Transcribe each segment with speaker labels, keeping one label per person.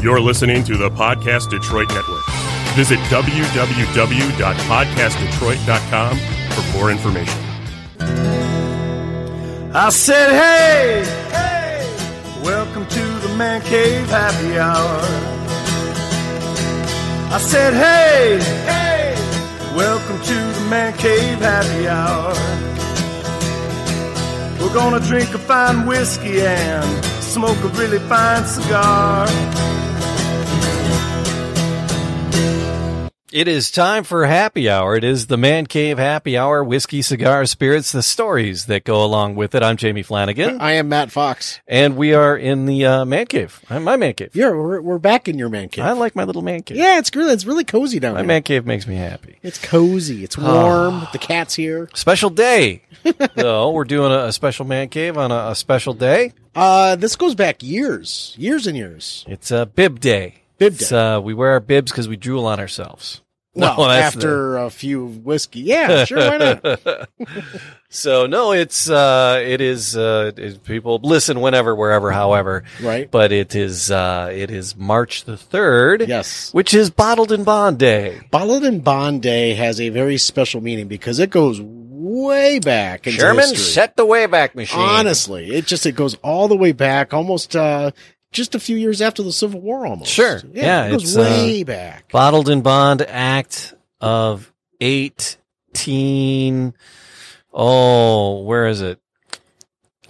Speaker 1: You're listening to the Podcast Detroit Network. Visit www.podcastdetroit.com for more information.
Speaker 2: I said, hey, hey, welcome to the Man Cave Happy Hour. I said, hey, hey, welcome to the Man Cave Happy Hour. We're gonna drink a fine whiskey and smoke a really fine cigar.
Speaker 3: It is time for happy hour. It is the Man Cave happy hour, whiskey, cigars, spirits, the stories that go along with it. I'm Jamie Flanagan,
Speaker 4: I am Matt Fox.
Speaker 3: and we are in the uh, man cave. I'm my man cave.
Speaker 4: Yeah, we're, we're back in your man cave.
Speaker 3: I like my little man cave.
Speaker 4: yeah, it's good. It's really cozy down
Speaker 3: My
Speaker 4: here.
Speaker 3: man Ah. cave makes me happy.
Speaker 4: It's cozy. It's warm. the cat's here.
Speaker 3: Special day, though. We're doing a, a special man cave on a, a special day.
Speaker 4: Uh, this goes back years, years and years.
Speaker 3: It's uh, bib day.
Speaker 4: Bib
Speaker 3: It's,
Speaker 4: day.
Speaker 3: uh, we wear our bibs because we drool on ourselves.
Speaker 4: Well,
Speaker 3: that's the-
Speaker 4: after a few whiskey. Yeah, sure. Why not?
Speaker 3: So no, it's uh, it is uh, it- people listen whenever, wherever, however.
Speaker 4: Right.
Speaker 3: But it is uh, it is March the third.
Speaker 4: Yes.
Speaker 3: Which is Bottled and Bond Day.
Speaker 4: Bottled and Bond Day has a very special meaning because it goes way back. Into
Speaker 3: Sherman,
Speaker 4: history.
Speaker 3: set the Wayback Machine.
Speaker 4: Honestly, it just it goes all the way back, almost uh, just a few years after the Civil War. Almost.
Speaker 3: Sure.
Speaker 4: Yeah,
Speaker 3: Yeah,
Speaker 4: it
Speaker 3: it's,
Speaker 4: goes
Speaker 3: uh,
Speaker 4: way back.
Speaker 3: Bottled and Bond Act of eighteen. Oh, where is it?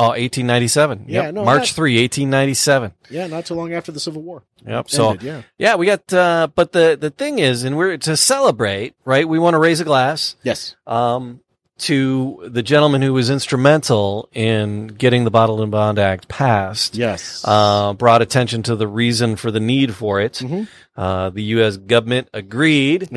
Speaker 3: Oh, 1897.
Speaker 4: Yeah,
Speaker 3: yep.
Speaker 4: no,
Speaker 3: March
Speaker 4: that-
Speaker 3: 3, 1897.
Speaker 4: Yeah, not too long after the Civil War.
Speaker 3: Yep. So
Speaker 4: Ended, yeah.
Speaker 3: yeah, we got uh but the the thing is and we're to celebrate, right? We want to raise a glass.
Speaker 4: Yes.
Speaker 3: um, to the gentleman who was instrumental in getting the Bottled and Bond Act passed.
Speaker 4: Yes.
Speaker 3: Uh, brought attention to the reason for the need for it.
Speaker 4: Mhm.
Speaker 3: Uh, the U.S. government agreed,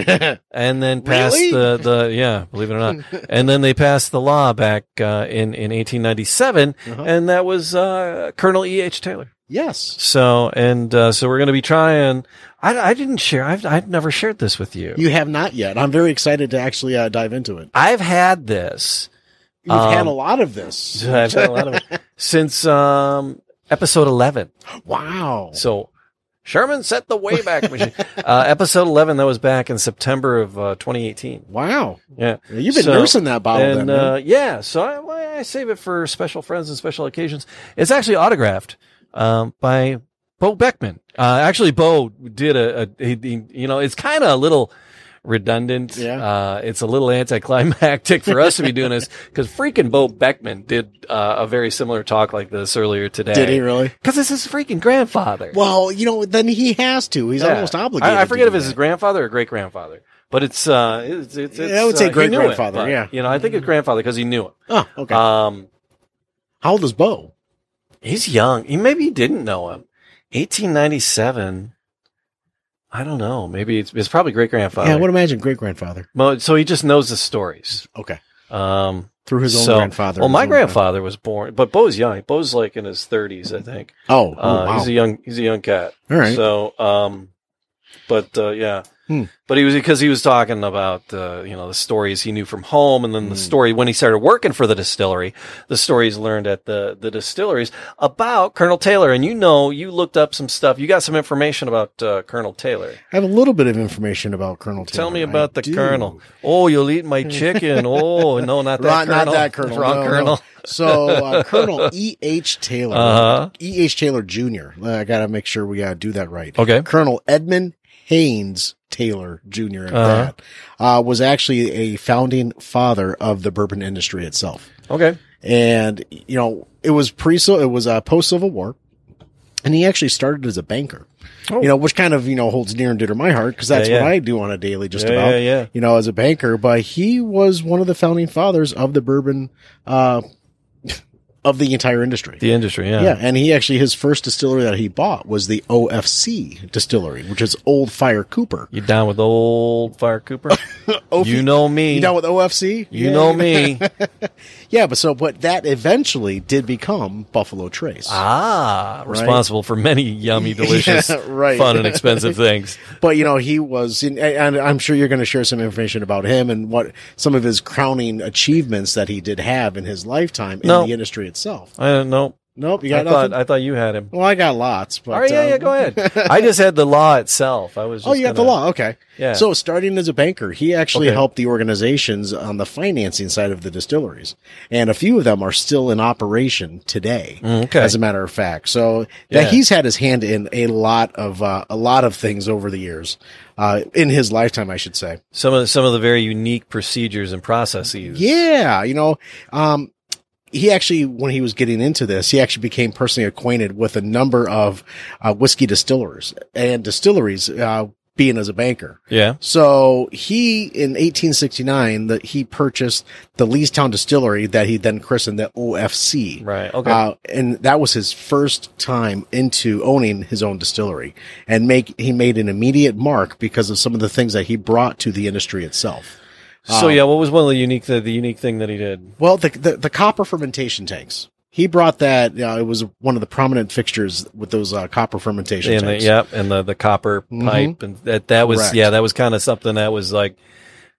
Speaker 3: and then passed
Speaker 4: Really?
Speaker 3: the, the yeah, believe it or not, and then they passed the law back uh, in in 1897,
Speaker 4: Uh-huh.
Speaker 3: and that was uh, Colonel E. H. Taylor.
Speaker 4: yes.
Speaker 3: So and uh, so we're going to be trying. I, I didn't share. I've I've never shared this with you.
Speaker 4: You have not yet. I'm very excited to actually uh, dive into it.
Speaker 3: I've had this.
Speaker 4: You've had
Speaker 3: Um,
Speaker 4: a lot of this.
Speaker 3: I've had a lot of it. since um, episode eleven.
Speaker 4: Wow.
Speaker 3: So Sherman set the Wayback Machine. uh, episode eleven that was back in September of uh, 2018.
Speaker 4: Wow.
Speaker 3: Yeah,
Speaker 4: You've been
Speaker 3: So-
Speaker 4: nursing that bottle
Speaker 3: and
Speaker 4: then. man.
Speaker 3: uh, yeah, so I, why I save it for special friends and special occasions. It's actually autographed um, by Bo Beckman. Uh, actually, Bo did a, a he, he- you know, it's kind of a little redundant.
Speaker 4: Yeah.
Speaker 3: Uh, it's a little anticlimactic for us to be doing this because freaking Bo Beckman did uh, a very similar talk like this earlier today.
Speaker 4: Did he really?
Speaker 3: Because it's his freaking grandfather.
Speaker 4: Well, you know, then he has to. He's
Speaker 3: Yeah.
Speaker 4: almost obligated.
Speaker 3: I, I
Speaker 4: to
Speaker 3: forget
Speaker 4: do
Speaker 3: if it's his
Speaker 4: that.
Speaker 3: grandfather or great grandfather, but it's uh, it's, it's,
Speaker 4: Yeah, I
Speaker 3: it's
Speaker 4: would say
Speaker 3: uh, he knew it,
Speaker 4: great-grandfather,
Speaker 3: but,
Speaker 4: yeah. Mm-hmm.
Speaker 3: you know, I think it's grandfather because he knew it.
Speaker 4: Oh, okay.
Speaker 3: Um,
Speaker 4: How old is Bo?
Speaker 3: he's young. He maybe he didn't know him. 1897. I don't know. Maybe it's, it's probably great
Speaker 4: Yeah, I would
Speaker 3: grandfather.
Speaker 4: imagine great grandfather.
Speaker 3: so he just knows the stories.
Speaker 4: Okay.
Speaker 3: Um,
Speaker 4: Through his own
Speaker 3: so-
Speaker 4: grandfather.
Speaker 3: Well,
Speaker 4: His
Speaker 3: my
Speaker 4: own grand-
Speaker 3: grandfather was born, but Bo's young. Bo's like in his 30s, I think.
Speaker 4: Oh, oh,
Speaker 3: Uh,
Speaker 4: wow.
Speaker 3: He's a young. He's a young cat.
Speaker 4: All right.
Speaker 3: So, um, but uh, yeah,
Speaker 4: Hmm.
Speaker 3: but he was because he was talking about uh, you know the stories he knew from home, and then
Speaker 4: Hmm.
Speaker 3: the story when he started working for the distillery, the stories learned at the the distilleries about Colonel Taylor. And you know, you looked up some stuff. You got some information about uh, Colonel Taylor.
Speaker 4: I have a little bit of information about Colonel Taylor.
Speaker 3: Tell me
Speaker 4: I
Speaker 3: about the
Speaker 4: do.
Speaker 3: Colonel. Oh, you'll eat my chicken. oh, no, not that
Speaker 4: Not,
Speaker 3: Colonel.
Speaker 4: not that Colonel.
Speaker 3: Wrong
Speaker 4: No, no.
Speaker 3: Colonel.
Speaker 4: So uh, Colonel E. H. Taylor,
Speaker 3: Uh-huh.
Speaker 4: E. H. Taylor Jr. Uh, I gotta make sure we gotta do that right.
Speaker 3: Okay.
Speaker 4: Colonel Edmund Haynes Taylor Jr. At
Speaker 3: Uh-huh.
Speaker 4: that uh, was actually a founding father of the bourbon industry itself,
Speaker 3: Okay.
Speaker 4: and you know it was pre it was uh, post Civil War, and he actually started as a banker. You know, which kind of you know holds near and dear to my heart because that's
Speaker 3: Oh. Yeah, yeah.
Speaker 4: what I do on a daily, just
Speaker 3: Yeah,
Speaker 4: about
Speaker 3: yeah, yeah.
Speaker 4: you know, as a banker, but he was one of the founding fathers of the bourbon, uh, of the entire industry.
Speaker 3: The industry. Yeah.
Speaker 4: yeah, and he actually his first distillery that he bought was the OFC distillery, which is Old Fire Cooper.
Speaker 3: You down with old Fire Cooper? you know me.
Speaker 4: You down with OFC?
Speaker 3: You
Speaker 4: Yeah.
Speaker 3: know me.
Speaker 4: Yeah, but so but that eventually did become Buffalo Trace.
Speaker 3: ah, responsible for many yummy, delicious,
Speaker 4: right.
Speaker 3: fun, and expensive things.
Speaker 4: But you know, he was, in, and I'm sure you're going to share some information about him and what some of his crowning achievements that he did have in his lifetime in
Speaker 3: No.
Speaker 4: the industry itself.
Speaker 3: I don't know.
Speaker 4: Nope, you
Speaker 3: I
Speaker 4: got
Speaker 3: thought
Speaker 4: nothing.
Speaker 3: I thought you had him.
Speaker 4: well, I got lots, but
Speaker 3: All right, yeah,
Speaker 4: um,
Speaker 3: yeah, go ahead. I just had the law itself. I was. Just
Speaker 4: Oh, you got the
Speaker 3: gonna-
Speaker 4: law. Okay.
Speaker 3: Yeah.
Speaker 4: So starting as a banker, he actually
Speaker 3: Okay.
Speaker 4: helped the organizations on the financing side of the distilleries, and a few of them are still in operation today.
Speaker 3: Mm, okay.
Speaker 4: As a matter of fact, so
Speaker 3: Yeah.
Speaker 4: that he's had his hand in a lot of uh, a lot of things over the years, uh, in his lifetime, I should say.
Speaker 3: some of the, some of the very unique procedures and processes.
Speaker 4: Yeah, you know, um, he actually, when he was getting into this, he actually became personally acquainted with a number of uh, whiskey distillers and distilleries, uh, being as a banker.
Speaker 3: yeah.
Speaker 4: So he, in 1869, that he purchased the Leestown Distillery that he then christened the OFC.
Speaker 3: Right. Okay.
Speaker 4: Uh, and that was his first time into owning his own distillery, and make he made an immediate mark because of some of the things that he brought to the industry itself. uh,
Speaker 3: so yeah, what was one of the unique the, the unique thing that he did?
Speaker 4: Well, the the, the copper fermentation tanks. He brought that. Uh, it was one of the prominent fixtures with those uh, copper fermentation
Speaker 3: And the,
Speaker 4: tanks.
Speaker 3: yep, and the the copper pipe, and that that was
Speaker 4: Mm-hmm. Correct.
Speaker 3: yeah, that was kind of something that was like,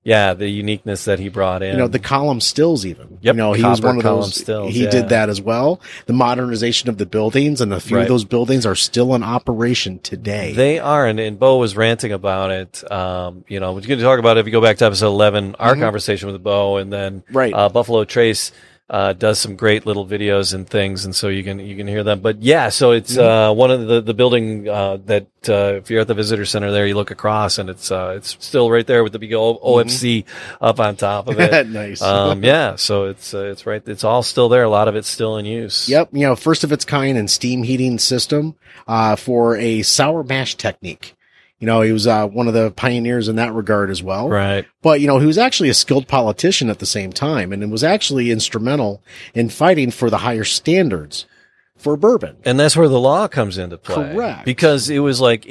Speaker 3: yeah, the uniqueness that he brought in.
Speaker 4: you know the column stills even
Speaker 3: Yep,
Speaker 4: you know he was
Speaker 3: copper
Speaker 4: one of
Speaker 3: column
Speaker 4: those
Speaker 3: stills,
Speaker 4: he
Speaker 3: yeah.
Speaker 4: did that as well the modernization of the buildings and a few
Speaker 3: Right.
Speaker 4: of those buildings are still in operation today
Speaker 3: They are, and, and Bo was ranting about it. Um, you know, we're going to talk about it if you go back to episode 11, our conversation with Bo, and then
Speaker 4: Mm-hmm. Right.
Speaker 3: uh, Buffalo Trace uh, does some great little videos and things, and so you can you can hear them. But yeah, so it's
Speaker 4: Mm-hmm.
Speaker 3: uh, one of the the building uh, that uh, if you're at the visitor center there, you look across, and it's uh, it's still right there with the big
Speaker 4: Mm-hmm.
Speaker 3: old OFC up on top of it.
Speaker 4: nice
Speaker 3: um, yeah, so it's uh, it's right, it's all still there. A lot of it's still in use.
Speaker 4: yep you know first of its kind and steam heating system uh, for a sour mash technique you know he was uh, one of the pioneers in that regard as well
Speaker 3: Right.
Speaker 4: But you know, he was actually a skilled politician at the same time, and was actually instrumental in fighting for the higher standards for bourbon.
Speaker 3: And that's where the law comes into play.
Speaker 4: Correct.
Speaker 3: Because it was like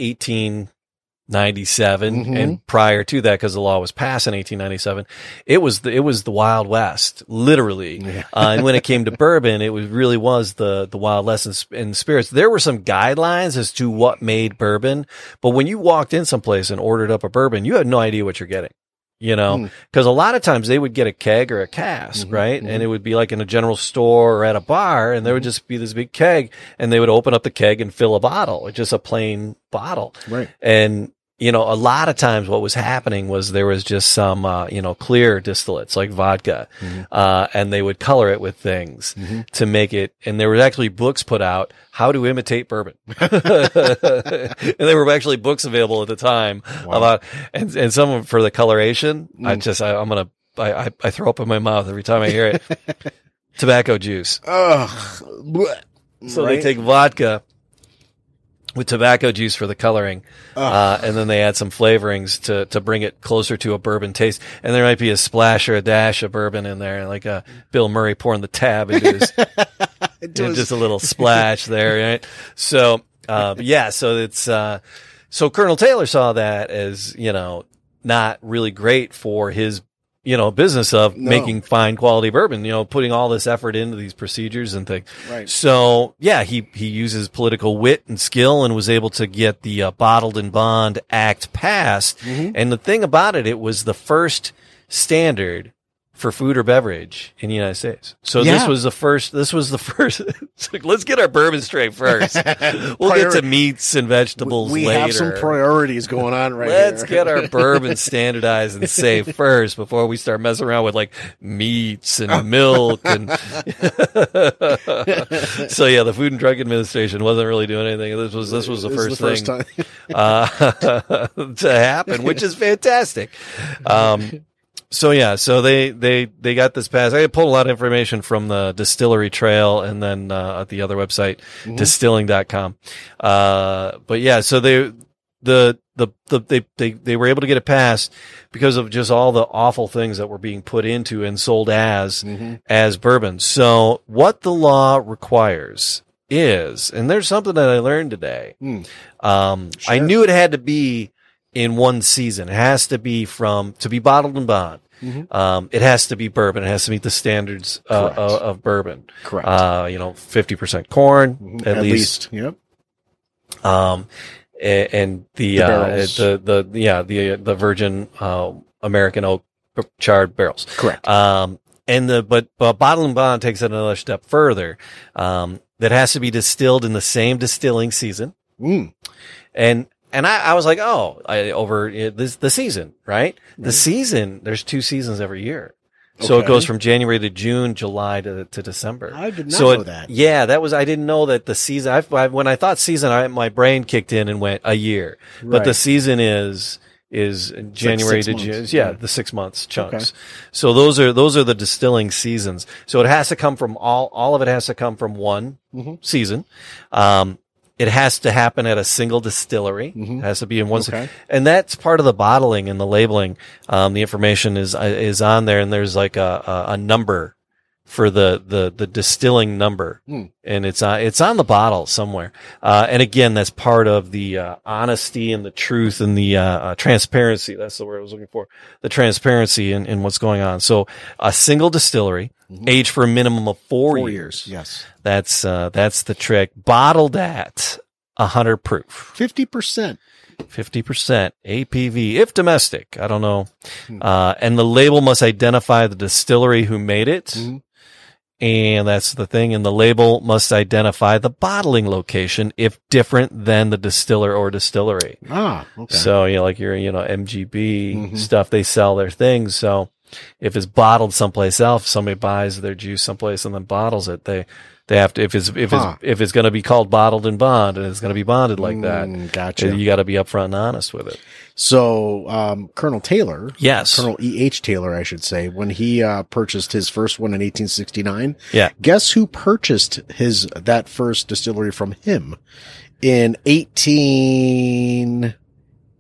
Speaker 3: 1897
Speaker 4: Mhm.
Speaker 3: and prior to that cuz the law was passed in 1897, it was the, it was the Wild West, literally.
Speaker 4: Yeah.
Speaker 3: Uh, and when it came to bourbon, it was really was the the Wild West and, sp- and spirits. There were some guidelines as to what made bourbon, but when you walked in someplace and ordered up a bourbon, you had no idea what you're getting. You know,
Speaker 4: Hmm.
Speaker 3: because a lot of times they would get a keg or a cask,
Speaker 4: Mhm,
Speaker 3: right?
Speaker 4: mhm.
Speaker 3: And it would be like in a general store or at a bar, and there
Speaker 4: Mm-hmm.
Speaker 3: would just be this big keg, and they would open up the keg and fill a bottle, just a plain bottle.
Speaker 4: Right.
Speaker 3: And you know, a lot of times what was happening was there was just some uh, you know clear distillates like vodka,
Speaker 4: Mm-hmm.
Speaker 3: uh, and they would color it with things to make it. And there was actually books put out how to imitate bourbon, and there were actually books available at the time about and and some of- for the coloration. I just I, I'm gonna I, I I throw up in my mouth every time I hear it. Tobacco juice.
Speaker 4: Ugh. Blech.
Speaker 3: So
Speaker 4: Right?
Speaker 3: they take vodka with tobacco juice for the coloring, uh, and then they add some flavorings to to bring it closer to a bourbon taste. And there might be a splash or a dash of bourbon in there, like uh, Bill Murray pouring the tab into his,
Speaker 4: It
Speaker 3: and
Speaker 4: was-
Speaker 3: just a little splash there, right? So, uh, but yeah, so it's uh, so Colonel Taylor saw that as you know not really great for his you know business of
Speaker 4: No.
Speaker 3: making fine quality bourbon. You know, putting all this effort into these procedures and things.
Speaker 4: Right.
Speaker 3: So yeah, he he uses political wit and skill and was able to get the uh, Bottled and Bond Act passed.
Speaker 4: Mm-hmm.
Speaker 3: And the thing about it, it was the first standard for food or beverage in the United States. So this
Speaker 4: Yeah.
Speaker 3: was the first. This was the first. it's like, let's get our bourbon straight first. we'll get to
Speaker 4: Priority.
Speaker 3: meats and vegetables
Speaker 4: we
Speaker 3: later.
Speaker 4: have some priorities going on right
Speaker 3: Let's
Speaker 4: here.
Speaker 3: get our bourbon standardized and safe first before we start messing around with like meats
Speaker 4: Oh.
Speaker 3: and milk and so yeah, the Food and Drug Administration wasn't really doing anything. This was this was the
Speaker 4: This
Speaker 3: first
Speaker 4: is the first
Speaker 3: thing
Speaker 4: time.
Speaker 3: uh, to happen, which is fantastic. Um, so yeah, so they they they got this pass. I pulled a lot of information from the Distillery Trail and then uh, at the other website,
Speaker 4: Mm-hmm.
Speaker 3: distilling.com. Uh, but yeah, so they the the, the they, they they were able to get it passed because of just all the awful things that were being put into and sold
Speaker 4: Mm-hmm.
Speaker 3: as as bourbon. So what the law requires is, and there's something that I learned today.
Speaker 4: Hmm.
Speaker 3: Um, I
Speaker 4: Sure.
Speaker 3: knew it had to be in one season. It has to be from to be bottled and bond.
Speaker 4: Mhm.
Speaker 3: Um, it has to be bourbon. It has to meet the standards uh,
Speaker 4: Correct.
Speaker 3: of, of bourbon.
Speaker 4: Correct.
Speaker 3: Uh, you know, fifty percent corn
Speaker 4: Mhm.
Speaker 3: at, least.
Speaker 4: Yep.
Speaker 3: Um, a- and the
Speaker 4: The
Speaker 3: uh,
Speaker 4: barrels.
Speaker 3: the the yeah the the virgin uh, American oak charred barrels.
Speaker 4: Correct.
Speaker 3: Um, and the but, but bottle and bond takes it another step further. Um, that has to be distilled in the same distilling season.
Speaker 4: Mm.
Speaker 3: And and I, I was like, oh, I, over uh, this the season, right? The season. There's two seasons every year, so it
Speaker 4: Okay.
Speaker 3: goes from January to June, July to to December.
Speaker 4: I did not
Speaker 3: so
Speaker 4: know
Speaker 3: it-
Speaker 4: that.
Speaker 3: Yeah, that was I didn't know that the season. I, I, when I thought season, I, my brain kicked in and went a year, but the
Speaker 4: Right.
Speaker 3: season is is January
Speaker 4: six
Speaker 3: to
Speaker 4: months.
Speaker 3: June. Yeah,
Speaker 4: Yeah.
Speaker 3: the six months chunks.
Speaker 4: Okay.
Speaker 3: So those are those are the distilling seasons. So it has to come from all all of it has to come from one
Speaker 4: Mhm.
Speaker 3: season. Um, it has to happen at a single distillery.
Speaker 4: Mhm.
Speaker 3: It has to be in one,
Speaker 4: Okay.
Speaker 3: and that's part of the bottling and the labeling. Um, the information is is on there, and there's like a a, a number for the the the distilling number,
Speaker 4: Hmm.
Speaker 3: and it's on it's on the bottle somewhere. Uh, and again, that's part of the uh, honesty and the truth and the uh, uh, transparency. That's the word I was looking for. The transparency in, in what's going on. So a single distillery,
Speaker 4: Mhm.
Speaker 3: aged for a minimum of Mm-hmm. four,
Speaker 4: Four
Speaker 3: years.
Speaker 4: years. Yes.
Speaker 3: That's uh, that's the trick. Bottled at hundred proof,
Speaker 4: 50%.
Speaker 3: fifty percent APV if domestic. I don't know.
Speaker 4: Hmm.
Speaker 3: Uh, and the label must identify the distillery who made it,
Speaker 4: Mhm.
Speaker 3: and that's the thing. And the label must identify the bottling location if different than the distiller or distillery.
Speaker 4: Ah, okay.
Speaker 3: So you know, like your you know MGB
Speaker 4: Mhm.
Speaker 3: stuff, they sell their things. So if it's bottled someplace else, somebody buys their juice someplace and then bottles it. They they have to if it's if
Speaker 4: Huh.
Speaker 3: it's if it's going to be called bottled and bond and it's going to be bonded like that,
Speaker 4: Mm, gotcha.
Speaker 3: you got to be upfront and honest with it.
Speaker 4: So, um, Colonel Taylor,
Speaker 3: Yes,
Speaker 4: Colonel E.H. Taylor, I should say, when he uh, purchased his first one in 1869,
Speaker 3: yeah,
Speaker 4: guess who purchased his that first distillery from him in 18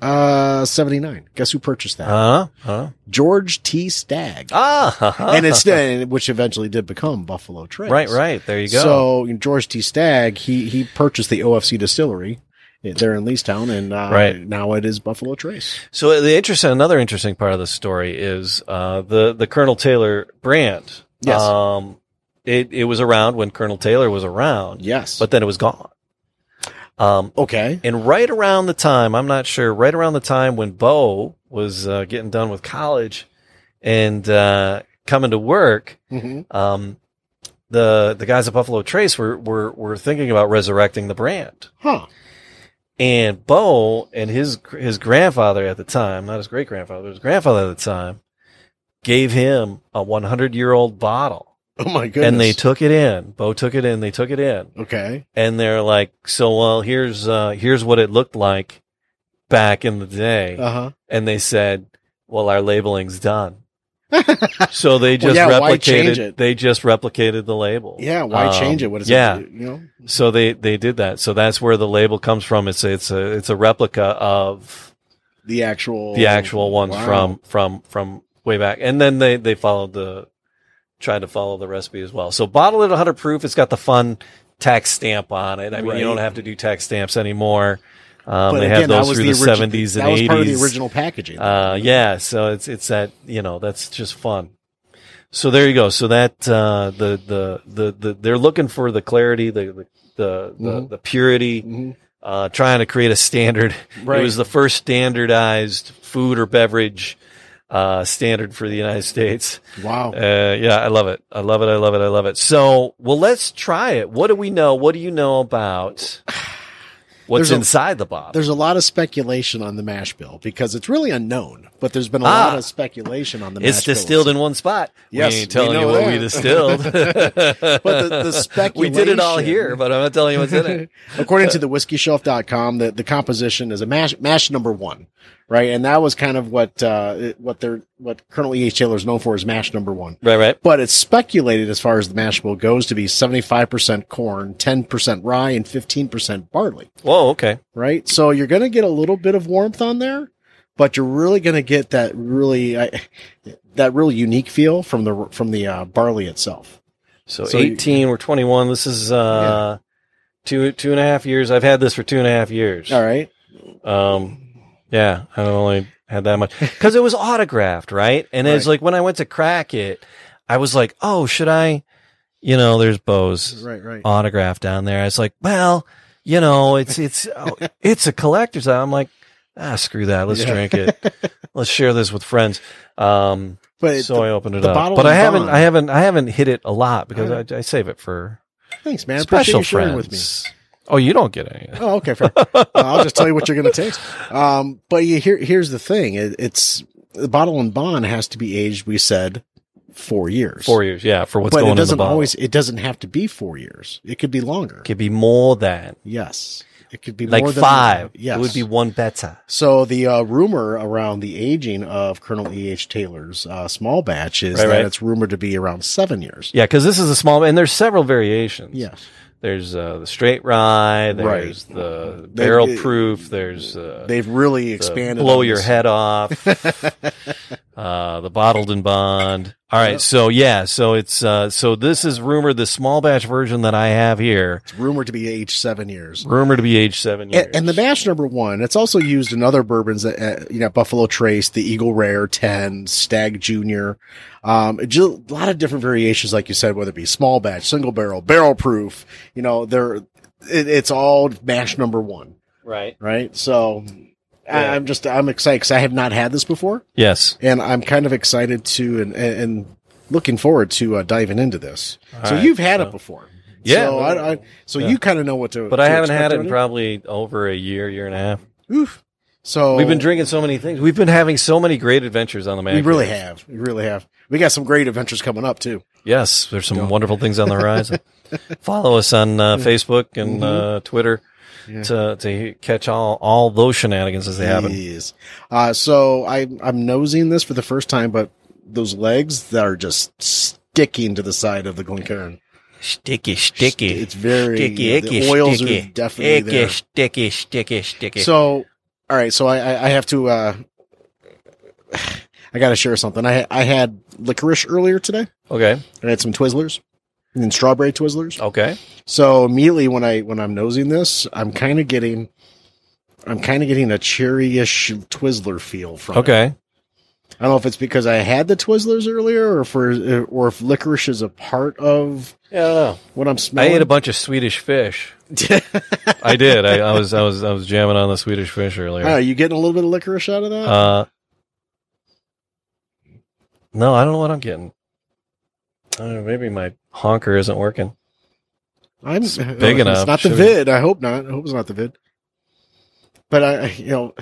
Speaker 4: uh 79 guess who purchased that
Speaker 3: huh, huh,
Speaker 4: george t stagg
Speaker 3: ah, ha-ha.
Speaker 4: and it's and which eventually did become buffalo trace
Speaker 3: right, right. There you go.
Speaker 4: so you know, george t stagg he he purchased the ofc distillery there in leestown and uh,
Speaker 3: Right.
Speaker 4: now it is buffalo trace
Speaker 3: So the interesting, another interesting part of the story is uh, the the Colonel Taylor brand.
Speaker 4: Yes.
Speaker 3: Um, it it was around when Colonel Taylor was around,
Speaker 4: yes
Speaker 3: but then it was gone. Um,
Speaker 4: okay
Speaker 3: and right around the time, I'm not sure, right around the time when Bo was uh, getting done with college and uh, coming to work,
Speaker 4: Mhm.
Speaker 3: um, the the guys at Buffalo Trace were were were thinking about resurrecting the brand.
Speaker 4: huh
Speaker 3: And Bo and his his grandfather at the time, not his great grandfather, his grandfather at the time, gave him a 100 year old bottle,
Speaker 4: oh my goodness
Speaker 3: and they took it in. Bo took it in. They took it in,
Speaker 4: okay
Speaker 3: and they're like, "So well, here's uh, here's what it looked like back in the day."
Speaker 4: uh-huh
Speaker 3: and they said, "Well, our labeling's done." so they just
Speaker 4: yeah, why
Speaker 3: replicated.
Speaker 4: change it?
Speaker 3: They just replicated the label.
Speaker 4: yeah why
Speaker 3: Um,
Speaker 4: change it what is
Speaker 3: yeah.
Speaker 4: it you know
Speaker 3: So they they did that. So that's where the label comes from. It's it's a it's a replica of
Speaker 4: the actual
Speaker 3: the actual ones
Speaker 4: Oh, Wow.
Speaker 3: from um, from from way back and then they they followed the tried to follow the recipe as well so bottle it 100 proof it's got the fun tax stamp on it i mean
Speaker 4: Right.
Speaker 3: you don't have to do tax stamps anymore um,
Speaker 4: But
Speaker 3: they
Speaker 4: again,
Speaker 3: had
Speaker 4: that
Speaker 3: those
Speaker 4: was
Speaker 3: through the,
Speaker 4: the origi-
Speaker 3: 70s and
Speaker 4: that was
Speaker 3: 80s
Speaker 4: part of the original packaging
Speaker 3: uh, yeah so it's it's that you know that's just fun so there you go so that uh the the the, the they're looking for the clarity the the the, the,
Speaker 4: Mhm.
Speaker 3: the purity
Speaker 4: Mhm.
Speaker 3: uh, trying to create a standard.
Speaker 4: Right.
Speaker 3: It was the first standardized food or beverage uh, standard for the United States.
Speaker 4: wow
Speaker 3: Uh, yeah, I love it. I love it. I love it. I love it. So, well, let's try it. What do we know? What do you know about what's
Speaker 4: There's a-
Speaker 3: inside the bottle?
Speaker 4: there's a lot of speculation on the mash bill because it's really unknown but there's been a
Speaker 3: Ah.
Speaker 4: lot of speculation on the
Speaker 3: It's
Speaker 4: mash bill.
Speaker 3: distilled in one spot.
Speaker 4: Yes,
Speaker 3: we ain't
Speaker 4: we
Speaker 3: telling you
Speaker 4: know
Speaker 3: what
Speaker 4: that.
Speaker 3: we distilled. but
Speaker 4: the- the
Speaker 3: we did it all
Speaker 4: speculation-
Speaker 3: here, but I'm not telling you what's in it.
Speaker 4: according to the whiskeyshelf.com the, the composition is a mash mash number one right and that was kind of what uh it- what they're what colonel eh taylor is known for is mash number one
Speaker 3: Right, right.
Speaker 4: but it's speculated as far as the mash bill goes to be 75% corn 10% rye and 15% barley
Speaker 3: Whoa, okay.
Speaker 4: right? So you're going to get a little bit of warmth on there, but you're really going to get that really I that real unique feel from the from the uh, barley itself.
Speaker 3: So,
Speaker 4: So you-
Speaker 3: 18, we're 21. This is uh, two two and a half years. I've had this for two and a half years.
Speaker 4: All right.
Speaker 3: Um, yeah, I only had that much because it was autographed, right? And it's
Speaker 4: Right.
Speaker 3: like when I went to crack it, I was like, oh, should I? You know, there's Bo's
Speaker 4: Right, right.
Speaker 3: autograph down there. I was like, well, you know, it's it's oh, it's a collector's. item. I'm like, ah, screw that. Let's
Speaker 4: Yeah.
Speaker 3: drink it. Let's share this with friends. Um,
Speaker 4: But
Speaker 3: so I opened it
Speaker 4: the
Speaker 3: up,
Speaker 4: bottle
Speaker 3: but I
Speaker 4: is
Speaker 3: haven't,
Speaker 4: gone.
Speaker 3: I haven't, I haven't hit it a lot because
Speaker 4: Alright.
Speaker 3: I, I save it for
Speaker 4: Thanks, man. I appreciate
Speaker 3: special
Speaker 4: you sharing with me.
Speaker 3: friends. Oh, you don't get any.
Speaker 4: Oh, okay, fair. Uh, I'll just tell you what you're going to taste. Um, but you, here, here's the thing: it, it's the bottle and bond has to be aged. We said four years.
Speaker 3: Four years, yeah, for what's
Speaker 4: but
Speaker 3: going
Speaker 4: it
Speaker 3: on in the
Speaker 4: doesn't
Speaker 3: bottle.
Speaker 4: always. It doesn't have to be four years. It could be longer.
Speaker 3: could be more than
Speaker 4: Yes, it could be
Speaker 3: like
Speaker 4: more than
Speaker 3: five.
Speaker 4: Yes,
Speaker 3: It would be one better.
Speaker 4: So the uh, rumor around the aging of Colonel E. H. Taylor's uh, small batch is
Speaker 3: Right,
Speaker 4: that
Speaker 3: right.
Speaker 4: it's rumored to be around seven years.
Speaker 3: Yeah, because this is a small, and there's several variations.
Speaker 4: Yes.
Speaker 3: There's uh, the straight rye. There's
Speaker 4: Right.
Speaker 3: the
Speaker 4: They-
Speaker 3: barrel proof. There's uh,
Speaker 4: They've really
Speaker 3: the
Speaker 4: expanded.
Speaker 3: blow
Speaker 4: on
Speaker 3: your
Speaker 4: this.
Speaker 3: head off. uh, the bottled and bond. All right, so yeah, so it's uh, so this is rumored the small batch version that I have here,
Speaker 4: It's rumored to be aged seven years.
Speaker 3: rumored to be age seven years.
Speaker 4: And, and the batch number one, it's also used in other bourbons, uh, you know, Buffalo Trace, the Eagle Rare 10, Stag Junior, um, a ju- lot of different variations, like you said, whether it be small batch, single barrel, barrel proof, you know, they're, it, it's all batch number one,
Speaker 3: right?
Speaker 4: right? So I,
Speaker 3: Yeah.
Speaker 4: I'm just, I'm excited because I have not had this before
Speaker 3: Yes.
Speaker 4: and I'm kind of excited to, and, and, and looking forward to uh, diving into this. so
Speaker 3: right,
Speaker 4: you've had
Speaker 3: so-
Speaker 4: it before.
Speaker 3: Yeah.
Speaker 4: So, I, I, so you kind of know what to,
Speaker 3: But I
Speaker 4: to
Speaker 3: haven't had
Speaker 4: expect
Speaker 3: it in
Speaker 4: already?
Speaker 3: probably over a year, year and a half.
Speaker 4: Oof. So
Speaker 3: We've been drinking so many things. We've been having so many great adventures on the man.
Speaker 4: Oh. We really have. We really have. We got some great adventures coming up too.
Speaker 3: Yes, there's some wonderful things on the horizon. Follow us on uh,
Speaker 4: Mm-hmm.
Speaker 3: Facebook and uh, Twitter to to catch all all those shenanigans as they happen.
Speaker 4: Yes. Uh, so I I'm nosing this for the first time, but those legs that are just sticking to the side of the Glencairn.
Speaker 3: Sticky, sticky.
Speaker 4: It's very
Speaker 3: sticky,
Speaker 4: the
Speaker 3: icky,
Speaker 4: oils
Speaker 3: sticky,
Speaker 4: are definitely
Speaker 3: icky,
Speaker 4: there.
Speaker 3: sticky, sticky, sticky.
Speaker 4: So all right, so I I, I have to. Uh, I got to share something. I I had licorice earlier today.
Speaker 3: okay,
Speaker 4: I had some Twizzlers and strawberry Twizzlers.
Speaker 3: okay,
Speaker 4: So immediately when I when I'm nosing this, I'm kind of getting, I'm kind of getting a cherry-ish Twizzler feel from. it.
Speaker 3: okay.
Speaker 4: I don't know if it's because I had the Twizzlers earlier, or for or if licorice is a part of
Speaker 3: Yeah, I don't know.
Speaker 4: what I'm
Speaker 3: I
Speaker 4: smelling.
Speaker 3: ate a bunch of Swedish fish. I did. I, I was I was I was jamming on the Swedish fish earlier.
Speaker 4: Ah, you getting a little bit of licorice out of that?
Speaker 3: Uh, no, I don't know what I'm getting. I don't know, maybe my honker isn't working.
Speaker 4: I'm oh,
Speaker 3: it's big
Speaker 4: it's
Speaker 3: enough,
Speaker 4: not the
Speaker 3: should we-
Speaker 4: vid. I hope not. I hope it's not the vid. But I, I- you know,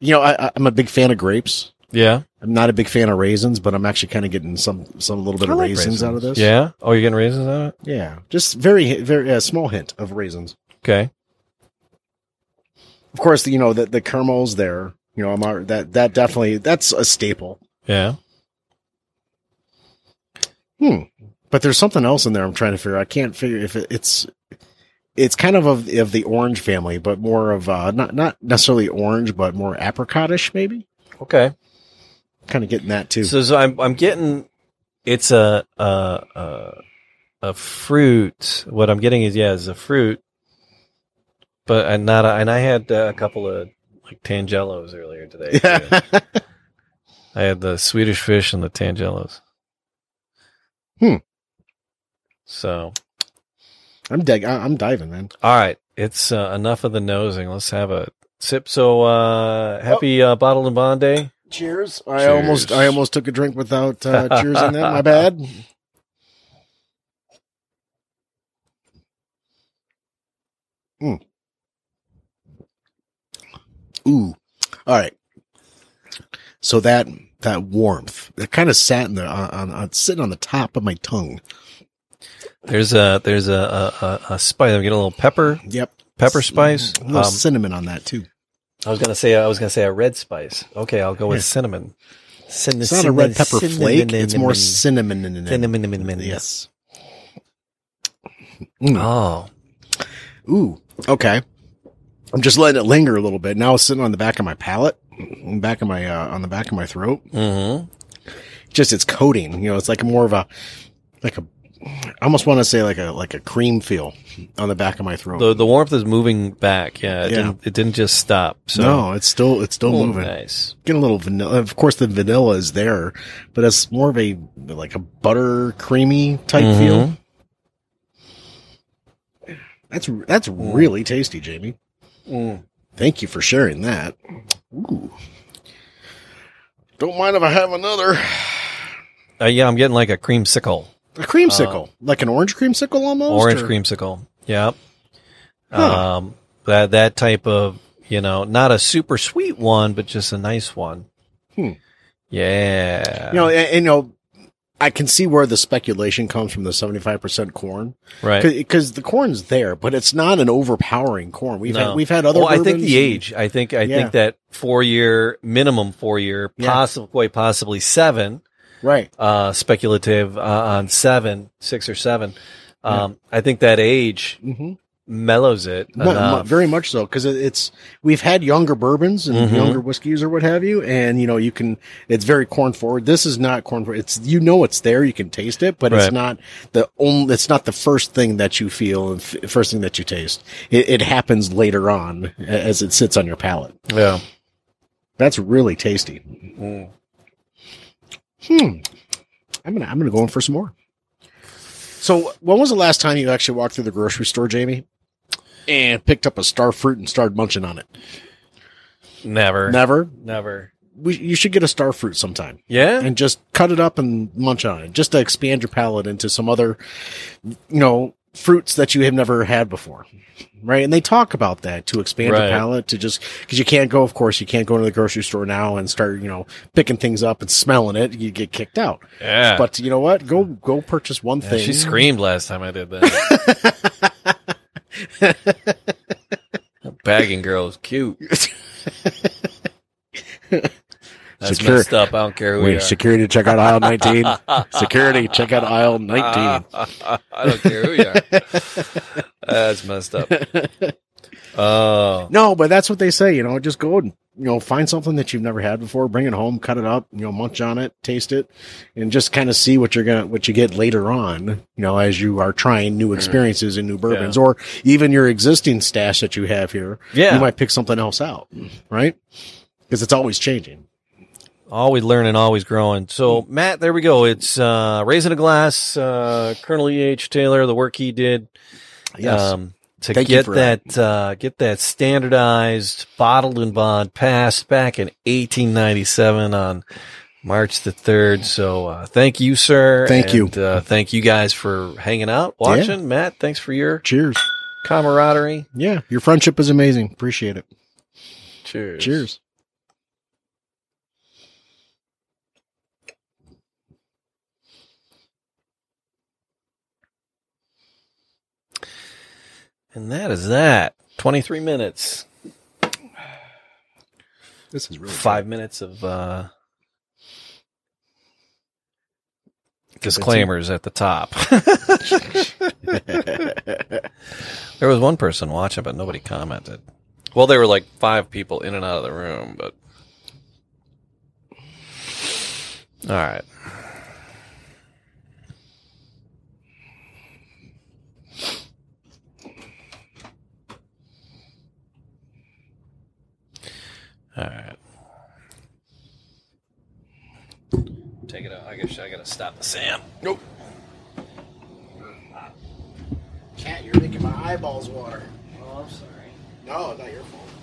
Speaker 4: you know, I, I- I'm a big fan of grapes.
Speaker 3: Yeah.
Speaker 4: I'm not a big fan of raisins, but I'm actually kind of getting some some little bit
Speaker 3: I
Speaker 4: of
Speaker 3: like
Speaker 4: raisins, out of this.
Speaker 3: Yeah. Oh, you're getting raisins on it?
Speaker 4: Yeah, just very very uh, small hint of raisins.
Speaker 3: Okay.
Speaker 4: Of course, you know the the caramel's there. You know, I'm alre- that that definitely that's a staple.
Speaker 3: Yeah.
Speaker 4: Hmm. But there's something else in there. I'm trying to figure. I can't figure if it, it's it's kind of, of of the orange family, but more of uh, not not necessarily orange, but more apricotish maybe.
Speaker 3: Okay.
Speaker 4: Kind of getting that too.
Speaker 3: So, so I'm I'm getting it's a a a, a fruit. What I'm getting is yeah, is a fruit. But and not a, and I had uh, a couple of like tangelos earlier today. too. I had the Swedish fish and the Tangelos.
Speaker 4: Hmm.
Speaker 3: So,
Speaker 4: I'm dig- I, I'm diving, man.
Speaker 3: all right, it's uh, enough of the nosing. Let's have a sip. So, uh, happy uh, bottled and bond day.
Speaker 4: Cheers. I
Speaker 3: Cheers.
Speaker 4: almost I almost took a drink without uh, cheers on that. My bad. Mm. Ooh. All right. So that that warmth that kind of sat in the on, on, on sitting on the top of my tongue.
Speaker 3: There's a there's a a, a, a spice. I'm getting a little pepper
Speaker 4: Yep.
Speaker 3: pepper spice.
Speaker 4: A
Speaker 3: Um,
Speaker 4: little cinnamon on that too.
Speaker 3: I was gonna say I was gonna say a red spice. Okay, I'll go with
Speaker 4: Yeah.
Speaker 3: cinnamon. Cinnamon,
Speaker 4: It's not a red pepper flake. It's more cinnamon in it.
Speaker 3: cinnamon.
Speaker 4: Yes. Mm.
Speaker 3: Oh,
Speaker 4: Ooh, okay. I'm just letting it linger a little bit. Now it's sitting on the back of my palate, on the back of my uh, on the back of my throat.
Speaker 3: mm-hmm.
Speaker 4: Just it's coating. You know, it's like a more of a like a. I almost want to say like a like a cream feel on the back of my throat.
Speaker 3: the the warmth is moving back. Yeah, it,
Speaker 4: Yeah.
Speaker 3: Didn't, it didn't just stop. So
Speaker 4: no, it's still it's still
Speaker 3: Oh,
Speaker 4: moving.
Speaker 3: Nice.
Speaker 4: Get a little vanilla. Of course, the vanilla is there, but it's more of a like a butter creamy type
Speaker 3: Mhm.
Speaker 4: feel. That's that's really tasty, Jamie. Thank you for sharing that. Ooh. Don't mind if I have another.
Speaker 3: Uh, yeah, I'm getting like a creamsicle.
Speaker 4: A creamsicle, like an orange creamsicle almost.
Speaker 3: orange
Speaker 4: or-
Speaker 3: creamsicle. Yep.
Speaker 4: Huh.
Speaker 3: Um, that that type of you know, not a super sweet one, but just a nice one.
Speaker 4: Hmm.
Speaker 3: Yeah.
Speaker 4: You know, and, and, you know, I can see where the speculation comes from the seventy five percent corn
Speaker 3: right.
Speaker 4: because the corn's there, but it's not an overpowering corn. We've
Speaker 3: No.
Speaker 4: had we've had other.
Speaker 3: Well, I think
Speaker 4: bourbons.
Speaker 3: the age. I think I
Speaker 4: Yeah.
Speaker 3: think that four year minimum, four year,
Speaker 4: Yeah.
Speaker 3: possible, quite possibly seven.
Speaker 4: right?
Speaker 3: uh, speculative uh, on seven, six or seven. Um, I think that age
Speaker 4: Mm-hmm.
Speaker 3: mellows it. Um,
Speaker 4: Mu- mu-
Speaker 3: enough.
Speaker 4: very much so because it, it's we've had younger bourbons and
Speaker 3: Mhm.
Speaker 4: younger whiskeys or what have you, and you know you can it's very corn forward. This is not corn forward. It's you know it's there, you can taste it, but
Speaker 3: Right.
Speaker 4: it's not the only. It's not the first thing that you feel and f- first thing that you taste. It, it happens later on a- as it sits on your palate.
Speaker 3: yeah.
Speaker 4: That's really tasty. Hmm. I'm gonna I'm gonna go in for some more. So when was the last time you actually walked through the grocery store, Jamie? And picked up a star fruit and started munching on it.
Speaker 3: Never.
Speaker 4: Never.
Speaker 3: Never.
Speaker 4: We, you should get a star fruit sometime
Speaker 3: Yeah.
Speaker 4: and just cut it up and munch on it, just to expand your palate into some other, you know, fruits that you have never had before, right? And they talk about that to expand
Speaker 3: Right.
Speaker 4: your palate to just because you can't go, of course, you can't go to the grocery store now and start, you know, picking things up and smelling it. You get kicked out.
Speaker 3: Yeah.
Speaker 4: But you know what? Go go purchase one
Speaker 3: Yeah,
Speaker 4: thing.
Speaker 3: she screamed last time I did that. That Bagging girl is cute. That's
Speaker 4: Secure-
Speaker 3: messed up. I don't care who
Speaker 4: Wait,
Speaker 3: you are.
Speaker 4: security, check out aisle nineteen. security, check out aisle nineteen.
Speaker 3: Ah, I don't care who you are. That's messed up. Oh.
Speaker 4: No, but that's what they say. You know, just go and you know find something that you've never had before, bring it home, cut it up, you know, munch on it, taste it, and just kind of see what you're gonna what you get later on. You know, as you are trying new experiences and new bourbons, or even your existing stash that you have here,
Speaker 3: Yeah.
Speaker 4: you might pick something else out, right? Because it's always changing.
Speaker 3: always learning, always growing. So Matt, there we go. It's uh, raising a glass. Uh, Colonel E. H. Taylor, the work he did
Speaker 4: Yes.
Speaker 3: um, to
Speaker 4: Thank you
Speaker 3: get
Speaker 4: for
Speaker 3: that, uh, get that standardized bottled and bond passed back in 1897 on March the third. So uh, thank you, sir.
Speaker 4: Thank you.
Speaker 3: And, Uh, thank you guys for hanging out, watching. Matt, thanks for your
Speaker 4: Cheers.
Speaker 3: camaraderie.
Speaker 4: Yeah, your friendship is amazing. Appreciate it.
Speaker 3: Cheers.
Speaker 4: Cheers.
Speaker 3: And that is that. 23 minutes.
Speaker 4: This is really
Speaker 3: five minutes of uh, disclaimers at the top. there was one person watching, but nobody commented. Well, there were like five people in and out of the room, but. All right. All right. Take it out. I guess I gotta stop the Sam. Nope.
Speaker 4: Cat, you're making my eyeballs water.
Speaker 3: Oh, I'm sorry.
Speaker 4: No, not your fault.